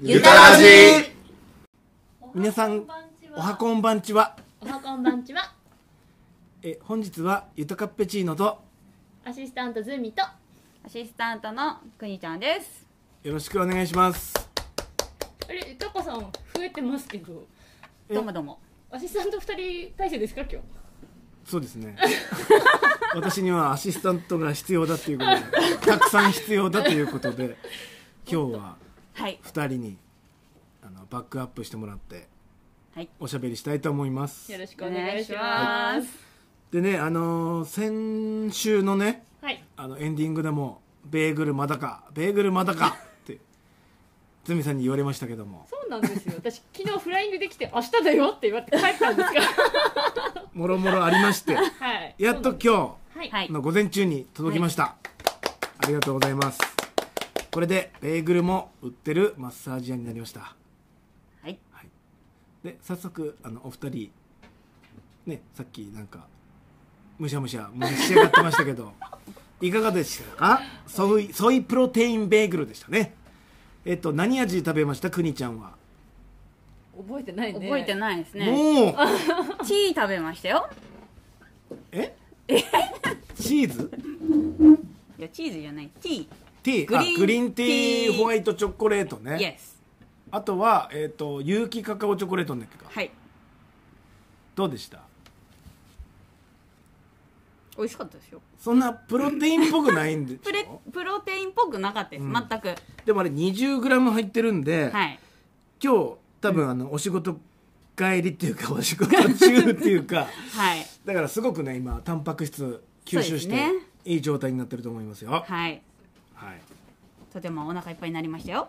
ゆたらじ皆さんおはこんばんちはおはこんばんちはえ本日はゆたかっぺチーノとアシスタントズミとアシスタントのくにちゃんです。よろしくお願いしますあれタコさん増えてますけどえどうもどうも。アシスタント二人体制ですか今日そうです ね私にはアシスタントが必要だっていうことでたくさん必要だということで今日ははい。 2人にあのバックアップしてもらってはいおしゃべりしたいと思いますよろしくお願いしまお願いすしでまねあのー先週のねはいあのエンディングでも「ベーグルまだかベーグルまだか」ってズミさんに言われましたけどもそうなんですよ私昨日フライングできて明日だよって言われて帰ったんですがもろもろありましてはいやっと今はい、は日い。の午前中に届きました、ありがとうございますこれでベーグルも売ってるマッサージ屋になりましたはい。で早速あのお二人ねさっきなんかむしゃむしゃむしゃしやがってましたけどいかがでしたかソイソイプロテインベーグルでしたねえっと何味食べましたくにちゃんは、覚えてないね覚えてないですね。もうチー食べましたよ。えチーズいや、チーズじゃない。ティティーグリーンあグリーンティテーィーホワイトチョコレートー。ねイエス。あとは、えっと有機カカオチョコレートだっけか、はい。どうでした美味しかったですよ。そんなプロテインっぽくないんでプレ、プロテインっぽくなかったです。うん全く。でもあれ 20g 入ってるんで、はい。今日多分あのお仕事帰りっていうかお仕事中っていう かはい。だからすごくね今タンパク質吸そう収でしすて、ねいい状態になってると思いますよはい、はい。とてもお腹いっぱいになりましたよ。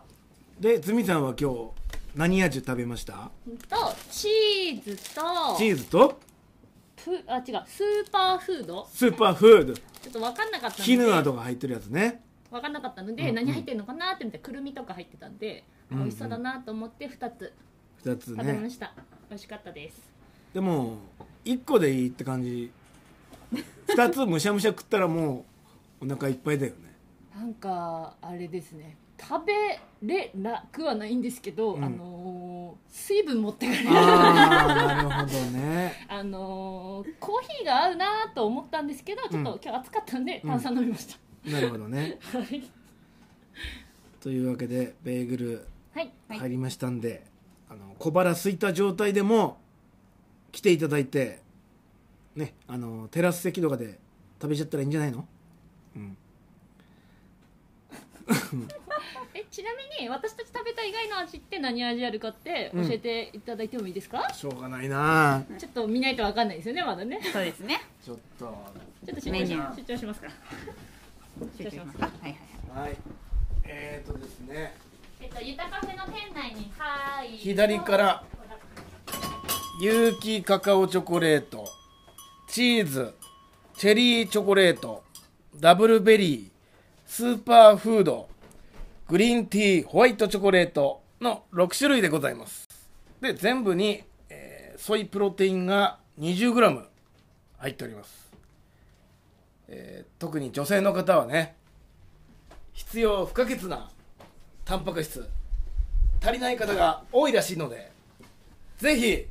でズミさんは今日何味食べましたとチーズとチーズとふあ違うスーパーフードスーパーフードちょっと分かんなかったのでキヌアとか入ってるやつね分かんなかったのうんでうん何入ってるのかなって見たらくるみとか入ってたんであうんうん美味しそうだなと思って2つ2つ食べまねした美味しかったですでも1個でいいって感 じ2つむしゃむしゃ食ったらもうお腹いっぱいだよねなんかあれですね食べれなくはないんですけど、うんあのー水分持ってかれるああなるほどねあのーコーヒーが合うなと思ったんですけどちょっうんと今日暑かったんでうん炭酸飲みました、なるほどねはいというわけでベーグルはいはい入りましたんで、あの小腹空いた状態でも来ていただいてねあのテラス席とかで食べちゃったらいいんじゃないのうんえちなみに私たち食べた以外の味って何味あるかって教えていただいてもいいですか、しょうがないなちょっと見ないと分かんないですよねまだねそうです ね。ちょっとちょっと出メ張ニしュー出張しますから集中しますか。はいはいはい。はいえっ、ー、とですねえっとゆたカフェの店内にはい左から有機カカオチョコレートチーズチェリーチョコレートダブルベリースーパーフードグリーンティーホワイトチョコレートの6種類でございますで全部に、えーソイプロテインが 20g 入っております、えー特に女性の方はね必要不可欠なタンパク質足りない方が多いらしいのでぜひ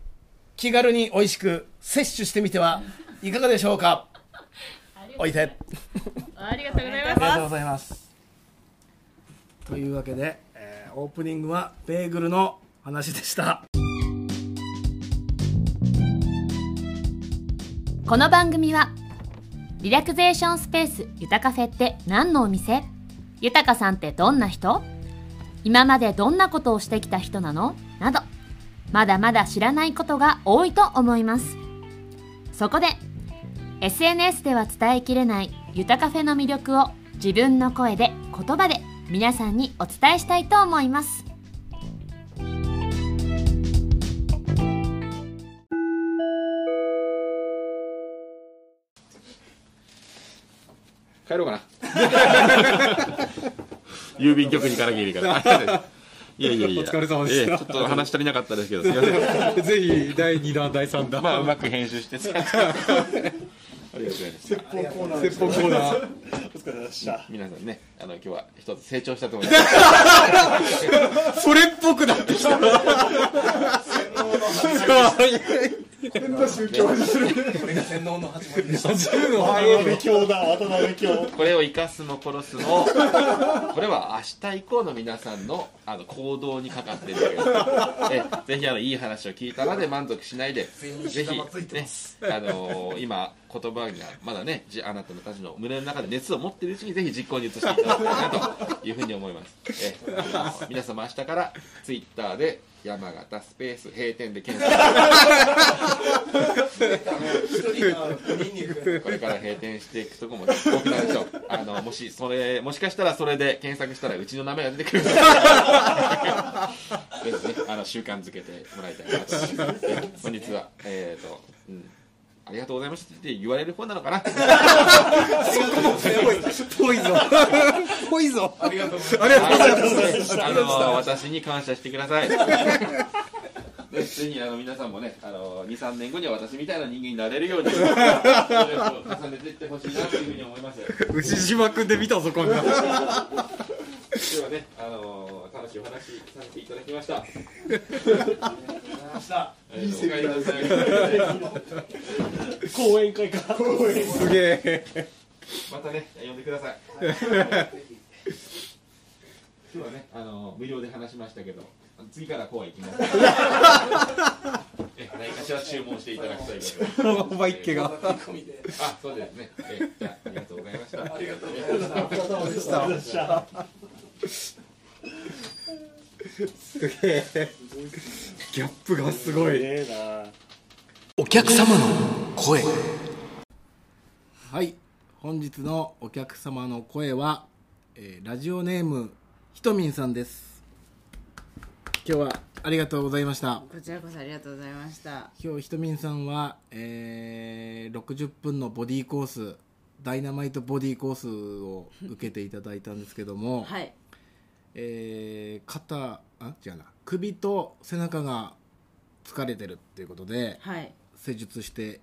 気軽に美味しく摂取してみてはいかがでしょうかおいてありがとうございありますがとうございますというわけで、えーオープニングはベーグルの話でしたこの番組はリラクゼーションスペースゆたカフェって何のお店ゆたかさんってどんな人今までどんなことをしてきた人なのなどまだまだ知らないことが多いと思いますそこで SNS では伝えきれないゆたカフェの魅力を自分の声で言葉で皆さんにお伝えしたいと思います帰ろうかな 郵便局に行かなきゃいけ ないからいやいやいやお疲れ様でしたいやちょっと話足りなかったです けどすいませんぜひ第2弾第3弾、 まあうまく編集してありがとうございま した説法コーナーお疲れ様でした。皆さんねあの今日は一つ成長したと思いますそれっぽくなって きた変な宗教にするこれが洗脳の始まりです渡辺京だ、渡辺京。これを生かすも殺すもこれは明日以降の皆さんのあの行動にかかってるわけですえぜひあのいい話を聞いたので満足しないでぜひ、ねあのー今言葉がまだねじあなたたちの胸の中で熱を持っているうちにぜひ実行に移していただきたいなというふうに思いますえあの皆様明日からツイッターで山形スペース閉店で検索これから閉店していくとこも多くなる でしょう。あの、もし、それ、もしかしたらそれで検索したらうちの名前が出てく る。ぜひね、あの、習慣づけてもらいたいなと思います。え本日は、えっ、と、うん。ありがとうございましたって言われる方なの かなぽいぞぽいぞありがとうございますあの私に感謝してく ださい。でついにあの皆さんもね、あの2、3年後には私みたいな人間になれ るように、努力を重ねていってほしいなというふうに思います。牛島君で見たぞこんな今日はね、あのー、楽しいお話させていただきま した。ありがとうございました。お帰りなさい講演会か。講演すげえまたね、呼んでください。今日はね、あのー、無料で話しましたけど、次からこうはいき ます。え、何かしら注文していただきたいけど。おばいっけがあ、そうですね。え、じゃあ、ありがとうございました。ありがとうございました。会でした。すげえギャップがすごいええな。お客様の声はい本日のお客様の声は、えーラジオネームひとみんさんです今日はありがとうございましたこちらこそありがとうございました。今日ひとみんさんは、えー60分のボディーコースダイナマイトボディーコースを受けていただいたんですけども、はい。えー肩あ違うな首と背中が疲れてるっていうことではい。施術して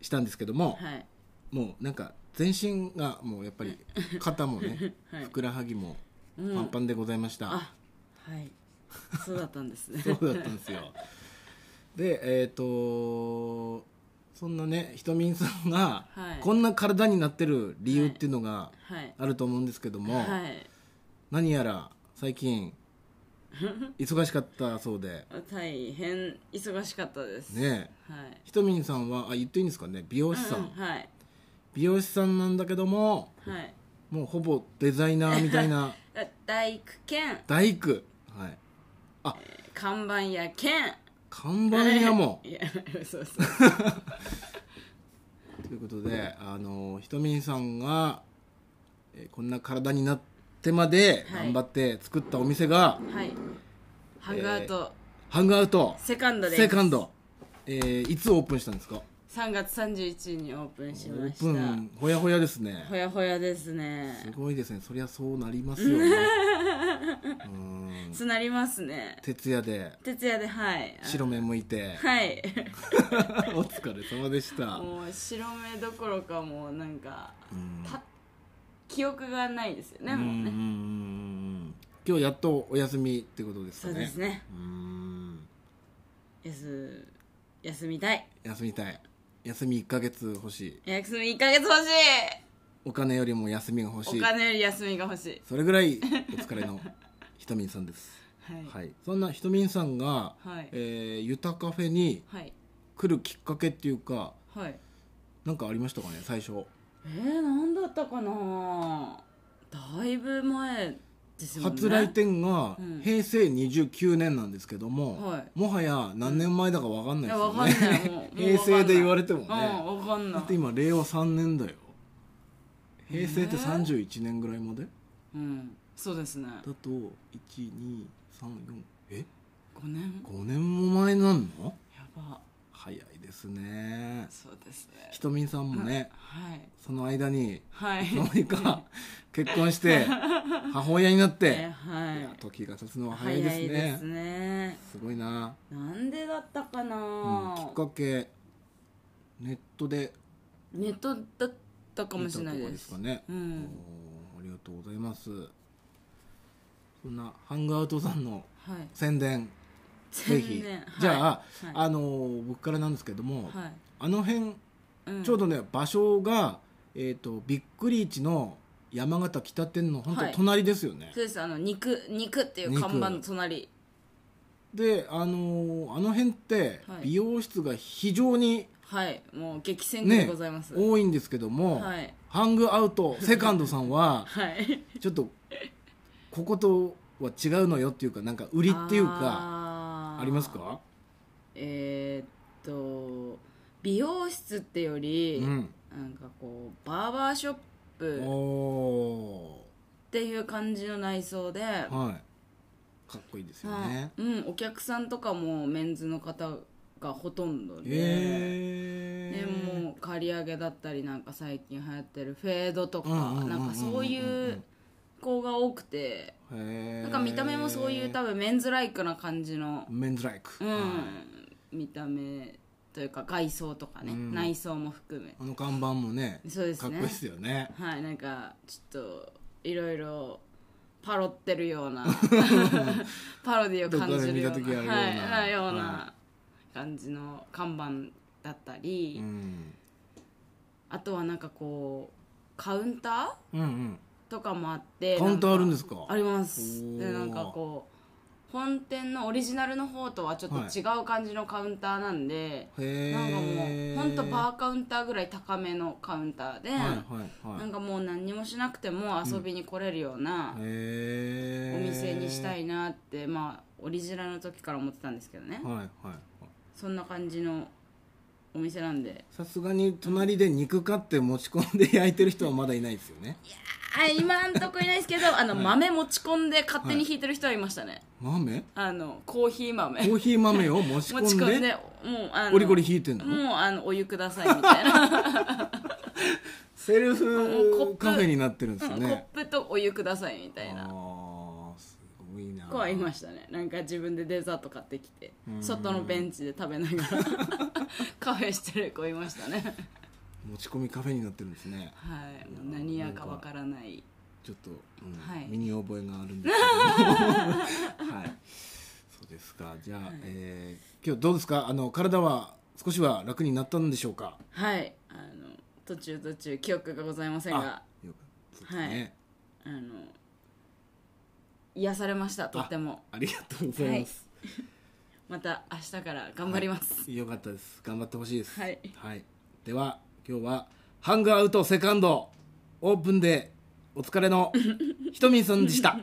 したんですけども、はい。もうなんか全身がもうやっ ぱり肩もね、はいふくらはぎもうんパンパンでございました、あ、はい。そうだったんですね。 そうだったんですよでえっ、とそんなねひとみんさんがはいこんな体になってる理由っていうのがはい。あると思うんですけども、はい。何やら最 近忙しかったそうで大変忙しかったです。ねはい。ひとみんさんはあ言っていいんですかね美容師さん、うんうんはい。美容師さんなんだけどもはい。もうほぼデザイナーみたい なだ大工兼大工はい看板屋兼看板屋もいや そうそうということで、あのひとみんさんが、えーこんな体になってまでは頑い張って作ったお店が、はいハグアウト、ハングアウトセカンドですセカンド、えーいつオープンしたんですか3月31日にオープンしオまーしたプンほやほやですねほやほやですすねごいですねそりゃそうなりますよね うんつなりますね徹夜で徹夜ではい白目向い てはいお疲れ様でしたもう白目どころかもうなんかた記憶がないですよねうんうんもううんうねん今日やっとお休みってことですそかうねですねうん休休みたい休みたい休み1ヶ月欲しい休み1ヶ月欲しお金よりも休みが欲しいいお金より休みが欲しいそれぐらいお疲れのひとみんさんです、 はいはい、そんなひとみんさんが、はいえーゆたカフェにはい来るきっかけっていうかはいなんかありましたかね最初えー、何だったかなだいぶ前ですよね初来店がうん平成29年なんですけども、はいもはや何年前だかわかんないいでやすわよかんね ないもうもうわかんない平成で言われてもねうんわかんなだいって今令和3年だよ平成って31年ぐらいまで、うんそうですねだと1234え5年5年も前なんのやば早いですねそうですねひとみんさんもね、はいその間にはい いつの間に か結婚して母親になっえてはいいや時が経つのは早いですね早いですすねごいな、なんでだったかな、うんきっかけネットでネットだったかもしれないとこでですすかね、うんおーありがとうございますそんなハンガーアウトさんのはい宣伝ぜひ、全然はいじゃあ、はいあのー僕からなんですけども、はいあの辺うんちょうどね、場所が、えー、とびっくり市の山形北店の本当はい隣ですよね、そうですあの肉肉っていう看板の隣で、あのーあの辺ってはい美容室が非常にはいもう激戦区ね、でございます、多いんですけども、はいハングアウトセカンドさん ははいちょっとこことは違うのよっていうかなんか売りっていうかああーりますかえーっと美容室ってより、うんなんかこうバーバーショップっおていう感じの内装で、ーはいかっこいいですよねはいうん、お客さんとかもメンズの方がほとんどで、えでー、もう刈り上げだったりなんか最近流行ってるフェードとかうんうんうんうんなんかそういう子が多くてへーなんか見た目もそういう多分メンズライクな感じの、メンズライク、うんはい見た目というか外装とかね、うん内装も含めあの看板もねそうですかっこねいいですよねはいなんかちょっといろいろパロってるよ うなパロディを感じるようどっかで見た時あるようななはいはいようはな感じの看板だったり、うんあとはなんかこうカウンタうんうんーとかもあってカウンターあるんなんかですかありますおーでなんかこう本店のオリジナルの方とはちょっと違う感じのカウンターなんで、へえなんかもうほんとバーカウンターぐらい高めのカウンターで、はいはいはいなんかもう何にもしなくても遊びに来れるようなおへえ店にしたいなって、まあオリジナルの時から思ってたんですけどね、はいはいはいそんな感じのお店なんでさすがに隣で肉買って持ち込んで焼いてる人はまだいないですよねあ今んとこいないですけどあの豆持ち込んで勝手に引いてる人はいましたね、豆あのコーヒー豆コーヒー豆を持ち持込んでち込んでもうあのゴリゴリ引いてんのもうあのお湯くださいみた いな、セルコッフプカフェになってるんですよコッね、プとお湯くださいみたいあなあすごいな子はいましたねなんか自分でデザート買ってきて外のベンチで食べな がらカフェしてる子いましたね持ち込みカフェになってるんですねはい、もう何やかわからない。ちょっと、うんはい身に覚えがあるんです けどもはいそうですかじゃあ、えー今日どうですかあの体は少しは楽になったんでしょうかはい、あの途中途中記憶がございませんがあ、よかったですね、はいあの癒されました。とっても。ありがとうございます、また明日から頑張ります。よかったです頑張ってほしいですはいでは今日はハングアウトセカンドオープンでお疲れ のひとみんさんでした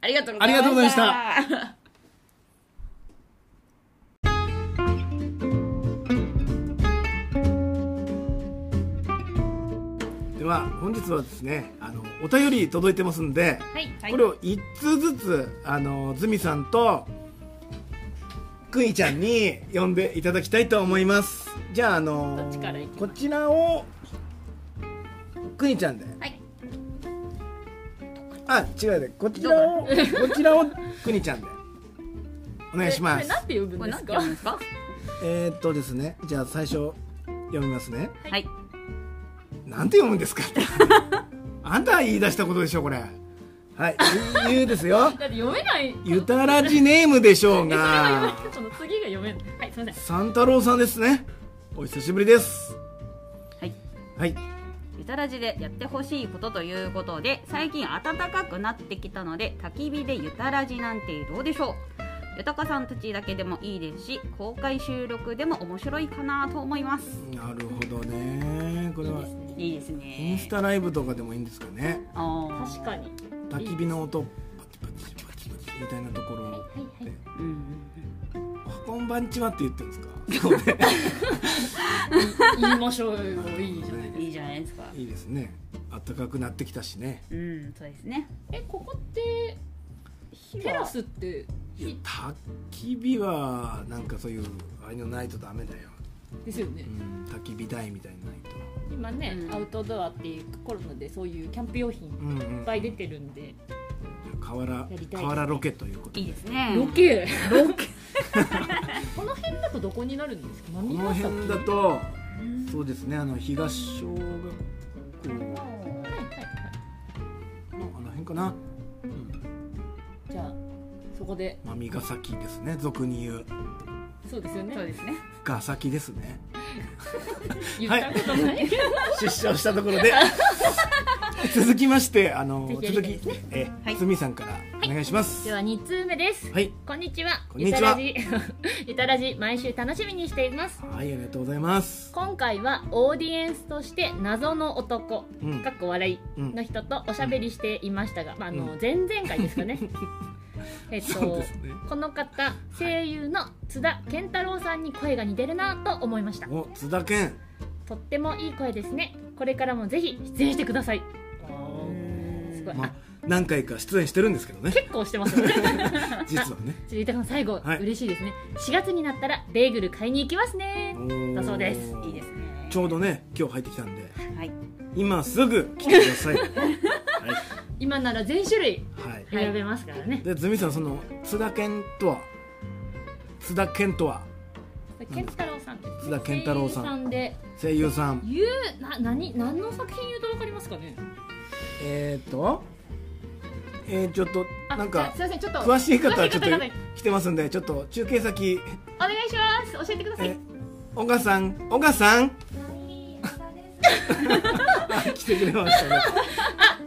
ありがとうごあざりいました。がとうございました では本日はですねあのお便り届いてますんで、はい、はいこれを一通ずつあのズミさんとくいちゃんに呼んでいただきたいと思いますじゃああどのっちから行きますこちらをくいちゃんではいあ違うでこちらをこ ちらをくにちゃんでお願いしまえすこれなんて呼ぶんこれです何てか読むんですか？えー、っとですねじゃあ最初読みますねはいなんて読むんですか あんたが言い出したことでしょこれはいゆ言うですよだって読めないゆたらじネームでしょうえそれがは読めないその次が読めないはいすみません三太郎さんですねお久しぶりですはいはいゆたらじでやってほしいことということで最近暖かくなってきたので焚き火でゆたらじなんてどうでしょうゆたかさんたちだけでもいいですし公開収録でも面白いかなと思いますなるほどねこれはいいですインねスタライブとかでもいいんですかねあ確かに焚き火の音パチパチパチパチみたいなところをはいはいーうん「こんばんちは」って言ってるんですかそうね言いましょうよいいじゃんいいじゃないですかいいですね暖かくなってきたしねうんそうですねえここってテラスっていや焚き火はなんかそういうあれのないとダメだよ、ですよねうん、焚き火台みたいなのないと今ね、うんアウトドアっていうコロナでそういうキャンプ用品いうんうっんぱい出てるんで、河原りたい河原ロケということいいでですねロケ ロケこの辺だとどこになるんですかこ何のヶ辺だ崎とそうですねあの東小学校のはいはいはいあの辺かな、うん、じゃあそこでまあ、三ヶ崎ですね俗に言うそうですよねそうですね。が崎ですね言ったことない、出社をしたところで 続きましてあのぜひや続りたいきですねえはいつみさんからお願いしますでは2通目ですはいこんにちは。こんにちはゆたらじ。 ゆたらじ、毎週楽しみにしています。はいありがとうございます今回はオーディエンスとして謎の男、うんかっこ笑いうんの人とおしゃべりしていましたが、まあ、あのう前々回ですかね。 えっそうとです、ねこの方、声優の津田健太郎さんに声が似てるなと思いました。お津田健とってもいい声ですね。これからもぜひ出演してください。すごい。まああ何回か出演してるんですけど ね結構してます よね。実はねちょっとゆたかさん最後、はい嬉しいですね。4月になったらベーグル買いに行きますね。だそうですおーいいですね。ちょうどね今日入ってきたんではい。今すぐ来てくださいはい、今なら全種類はい、選べますからね、でズミさんその津田健とは津田健とは健太郎さんです、津田健太郎さん声優で声優さん言うな何何の作品言うとわかりますかねえっ、ー、とえー、ちょっとあなんかじゃあすいませんちょっと詳しい方はちょっと詳しい方来てますんでちょっと中継先お願いします教えてくださいえ小賀さん小賀さん来てくれましたね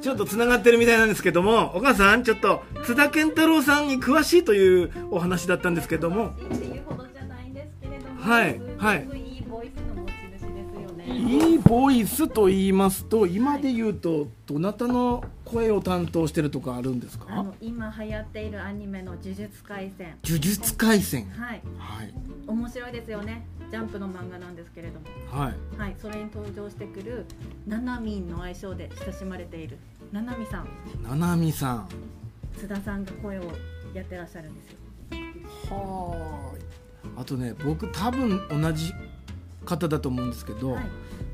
ちょっとつながってるみたいなんですけども小賀さんちょっと津田健太郎さんに詳しいというお話だったんですけどもっていうほどじゃないんですけれども、はいはいすごくいいボイスの持ち主ですよね。いいボイスと言いますと今で言うとどなたの声を担当してるとかあるんですあかの今流行っているアニメの呪術廻戦、呪術廻戦はい、はい面白いですよね。ジャンプの漫画なんですけれども、はいはい、それに登場してくるナナミンの愛称で親しまれているナナミさん、ななみさん津田さんが声をやってらっしゃるんですよ。はああとね僕多分同じ方だと思うんですけど、はい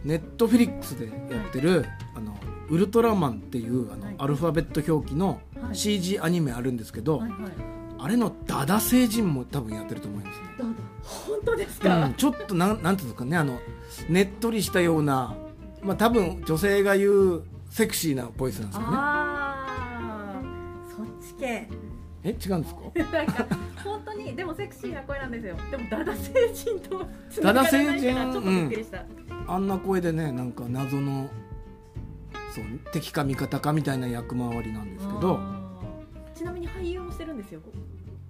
ネットフリックスでやってる、あのウルトラマンっていうあの、はいアルファベット表記のはい CG アニメあるんですけど、はいはい。あれのダダ星人も多分やってると思いますねどうだ本当ですか。うん、ちょっとなんなんていうんですかねあのねっとりしたような、まあ、多分女性が言うセクシーなボイスなんですよねああ、そっち系。 え違うんですかなんか本当にでもセクシーな声なんですよ。でもダダ星人とダダ星繋がらない人からちょっとびっくりした。あんな声でねなんか謎のそう敵か味方かみたいな役回りなんですけどあーちなみに俳優もしてるんですよ。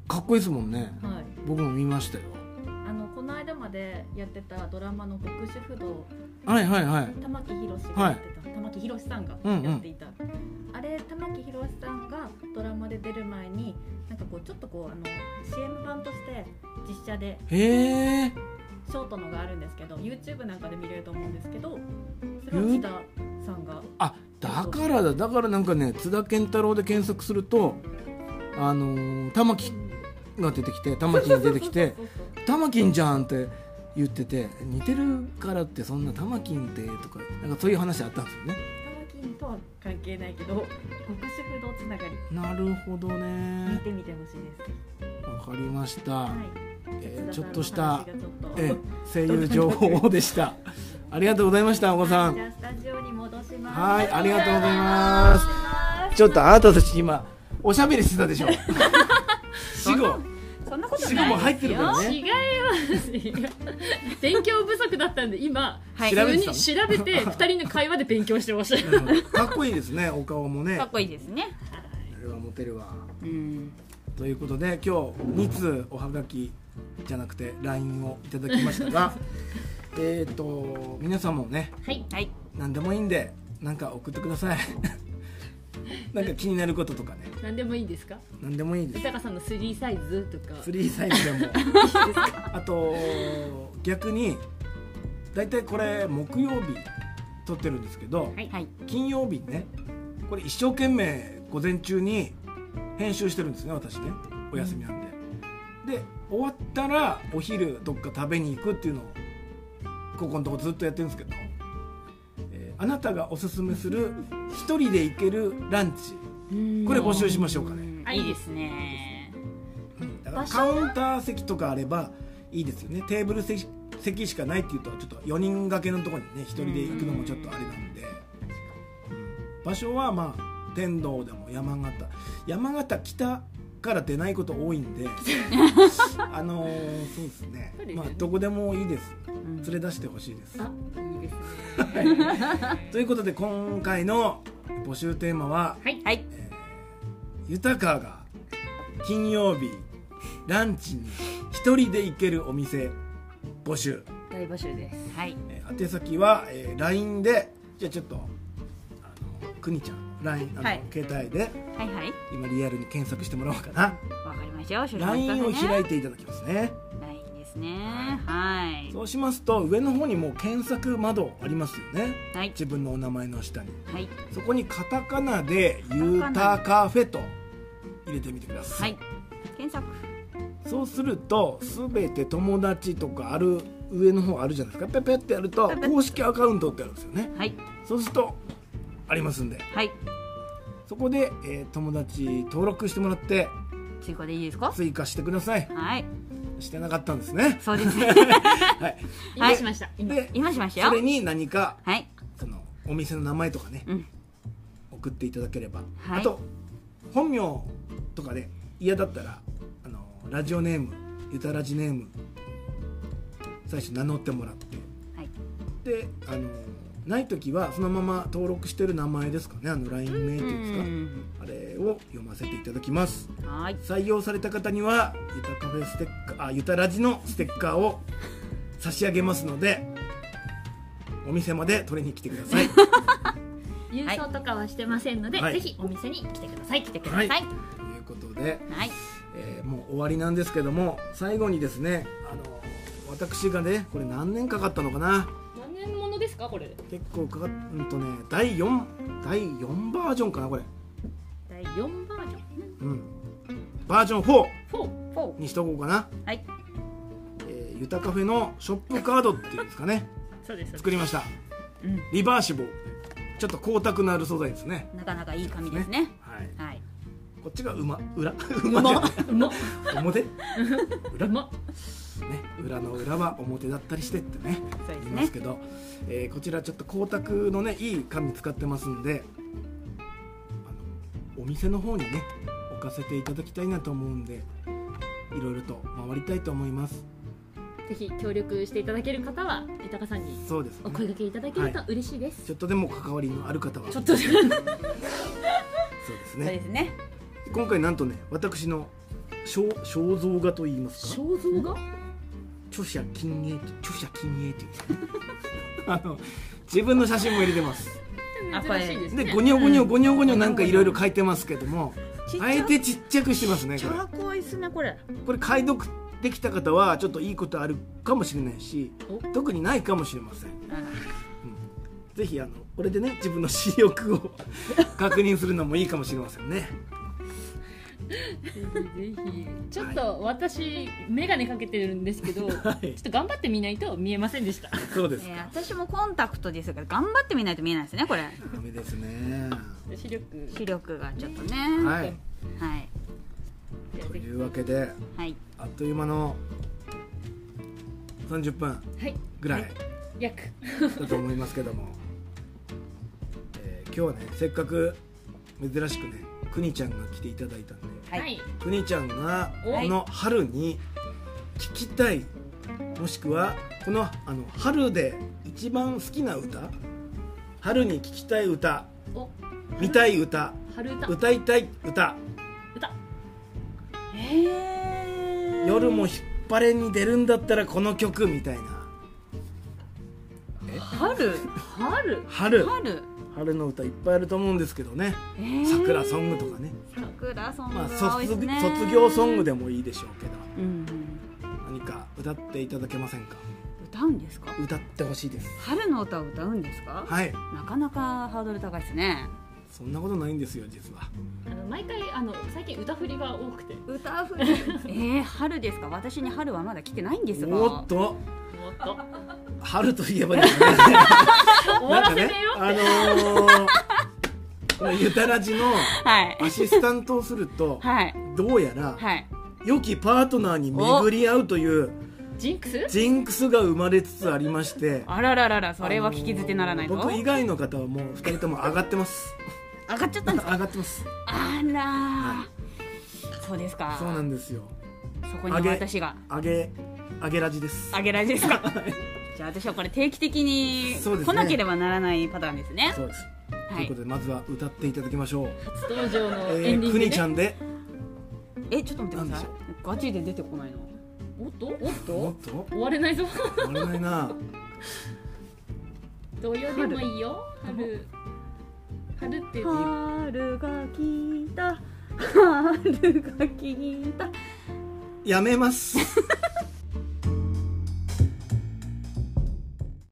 かっこいいですもんねはい。僕も見ましたよあのこの間までやってたドラマの牧師不動はいはいはい玉木宏がやってた、玉木宏さんがうんうんやっていた。あれ玉木宏さんがドラマで出る前になんかこうちょっとこうあの CM 版として実写でへえショートのがあるんですけど YouTube なんかで見れると思うんですけどそれを津田さんがあだからだだからなんかね津田健太郎で検索するとあのー玉木が出てきて玉木に出てき てそうそうそう玉金じゃんって言ってて似てるからってそんな玉金ってとかなんかそういう話あったんですよね玉金とは関係ないけど極主不動つながりなるほど見ねてみてほしいですわかりました、はいえ津ー田ちょっとさんのした話がちょっとえー声優情報でしたありがとうございましたお子さじんゃあスタジオに戻しますはいありがとうございますちょっとあなたたち今おしゃべりしてたでしょ死後そんなこと死後ないも入ってるから違ねいます違う勉強不足だったんで今、はい普通に調べて調べて2人の会話で勉強してましたかっこいいですねお顔もねかっこいいですね。あれはモテるわうん。ということで今日2通おはがきじゃなくて LINE をいただきましたがえっと皆さんもねはいはい。何でもいいんでなんか送ってくださいなんか気になることとかね 何でもいいですか何でもいいで豊さんの3サイズとかすフリーサイズでもあと逆に大体これ木曜日撮ってるんですけど、はい。はい。金曜日ねこれ一生懸命午前中に編集してるんですね私ねお休みなんで、で終わったらお昼どっか食べに行くっていうのをここのとこずっとやってるんですけど、えーあなたがおすすめする一人で行けるランチこれ募集しましょうかね、あ、いいですね。だからカウンター席とかあればいいですよねテーブル席席しかないっていうとちょっと4人掛けのところにね一人で行くのもちょっとあれなんで、うん場所はまあ天童でも山形山形北から出ないこと多 いんであのーそうですねそうですまよあねどこでもいいです連れ出してほしいです、いいですねということで今回の募集テーマははい、はい、 「豊かが金曜日ランチに一人で行けるお店募集」大募集ですはい、えー宛先は、えー LINE でじゃあちょっとあのくにちゃん LINE あの、はい携帯ではい、はい、今リアルに検索してもらおうかなわかりましたよ。 LINE をラ開いていただきますねインですね。はい、そうしますと上の方にもう検索窓ありますよねはい、自分のお名前の下にはい、そこにカタカナで「ゆカタカナたカフェ」と入れてみてくださ、はいい、検索、そうすると全て友達とかある上の方あるじゃないですかペッペッってやるとペペ公式アカウントってあるんですよねはい、そうするとありますんではい、そこで、えー友達登録してもらって追加でいいですか？追加してくださいはい、してなかったんですねそうですね。はいは今いしました今で今しましたそれよ。に何かはい、そのお店の名前とかね、うん送っていただければ、はいあと本名とかで嫌だったらあのラジオネームゆたラジネーム最初名乗ってもらって、はいであのない時はそのまま登録してる名前ですかねあの LINE 名っていうんですか、ん、あれを読ませていただきますはい、採用された方にはゆたカフェステッカーあゆたラジのステッカーを差し上げますのでお店まで取りに来てください郵送とかはしてませんので、はいぜひお店に来てください来てくださいはい、ということで、はい、えーもう終わりなんですけども最後にですねあの私がねこれ何年かかったのかな何年ものですかこれ結構かかっうんとね第4第4バージョンかなこれ第4バージョンうんバージョン4 4フォにしとこうかなはいえーゆたカフェのショップカードっていうんですかねそうです作りました、うんリバーシブルちょっと光沢のある素材ですね、ー、なかなかいい紙ですね。はい、はい、こっちが馬裏 馬じゃないもう表裏ねも裏の裏は表だったりしてってねそうです言いますね。けど、えーこちらちょっと光沢のねいい紙使ってますんであのお店の方にね置かせていただきたいなと思うんでいろいろと回りたいと思いますぜひ協力していただける方は豊さんにそうです、お声掛けいただけると嬉しいです、ちょっとでも関わりのある方はちそょうっとですそうねですね。今回なんとね私の肖肖像画といいますか肖像画著者禁煙著者禁煙という あの自分の写真も入れてますあこ珍れしいですねでゴニョゴニョゴニョゴニョなんかいろいろ書いてますけどもちっちゃあえてちっちゃくしてますねこれ超怖いっすねこれ。これ解読できた方はちょっといいことあるかもしれないし特にないかもしれません、うん、ぜひあのこれでね自分の視力を確認するのもいいかもしれませんねぜひぜひちょっと私眼鏡かけてるんですけど、ちょっと頑張ってみないと見えませんでしたそうですえー、私もコンタクトですが頑張ってみないと見えないですねこれ。ダメですね視力視力がちょっとね。ははいい。というわけではい。あっという間の30分はいぐらい約だと思いますけども、えー今日はねせっかく珍しくねくにちゃんが来ていただいたんでは、はいいくにちゃんがおこの春に聴きたいもしくはこのあの春で一番好きな歌春に聴きたい歌お見たい歌春歌歌いたい歌歌夜も引っ張れに出るんだったらこの曲みたいな春春春春。春の歌いっぱいあると思うんですけどねえー桜ソングとかね、桜ソングまあ、は多い卒ですね、卒業ソングでもいいでしょうけどうんう何んか歌っていただけませんか歌うんですか歌ってほしいです春の歌を歌うんですか、はいなかなかハードル高いですねそんなことないんですよ実はあの毎回あの最近歌振りが多くても歌うふえー、春ですか私に春はまだ来てないんですがおっとっと春といえばですね終終わらせねえよあのー、このゆたらじのはいアシスタントをするとはいどうやらはい良きパートナーに巡り合うというジンクスジンクスが生まれつつありましてあららららそれは聞き捨てならないぞ、僕以外の方はもう2人とも上がってます 上がっちゃったん ですか上がってますあら、そうですかそうなんですよそこに私が上げ上げラジですあげら れですかじゃあ私はこれ定期的にそうですね来なければならないパターンですねそうですとはいいうことでまずは歌っていただきましょう登場のえエンディーングくねにちゃんでえちょっと待ってくださいガチで出てこないなおっとおっとおっと終われないぞ終わらないな土曜でもいいよ春春って言って春が来た春が来たやめます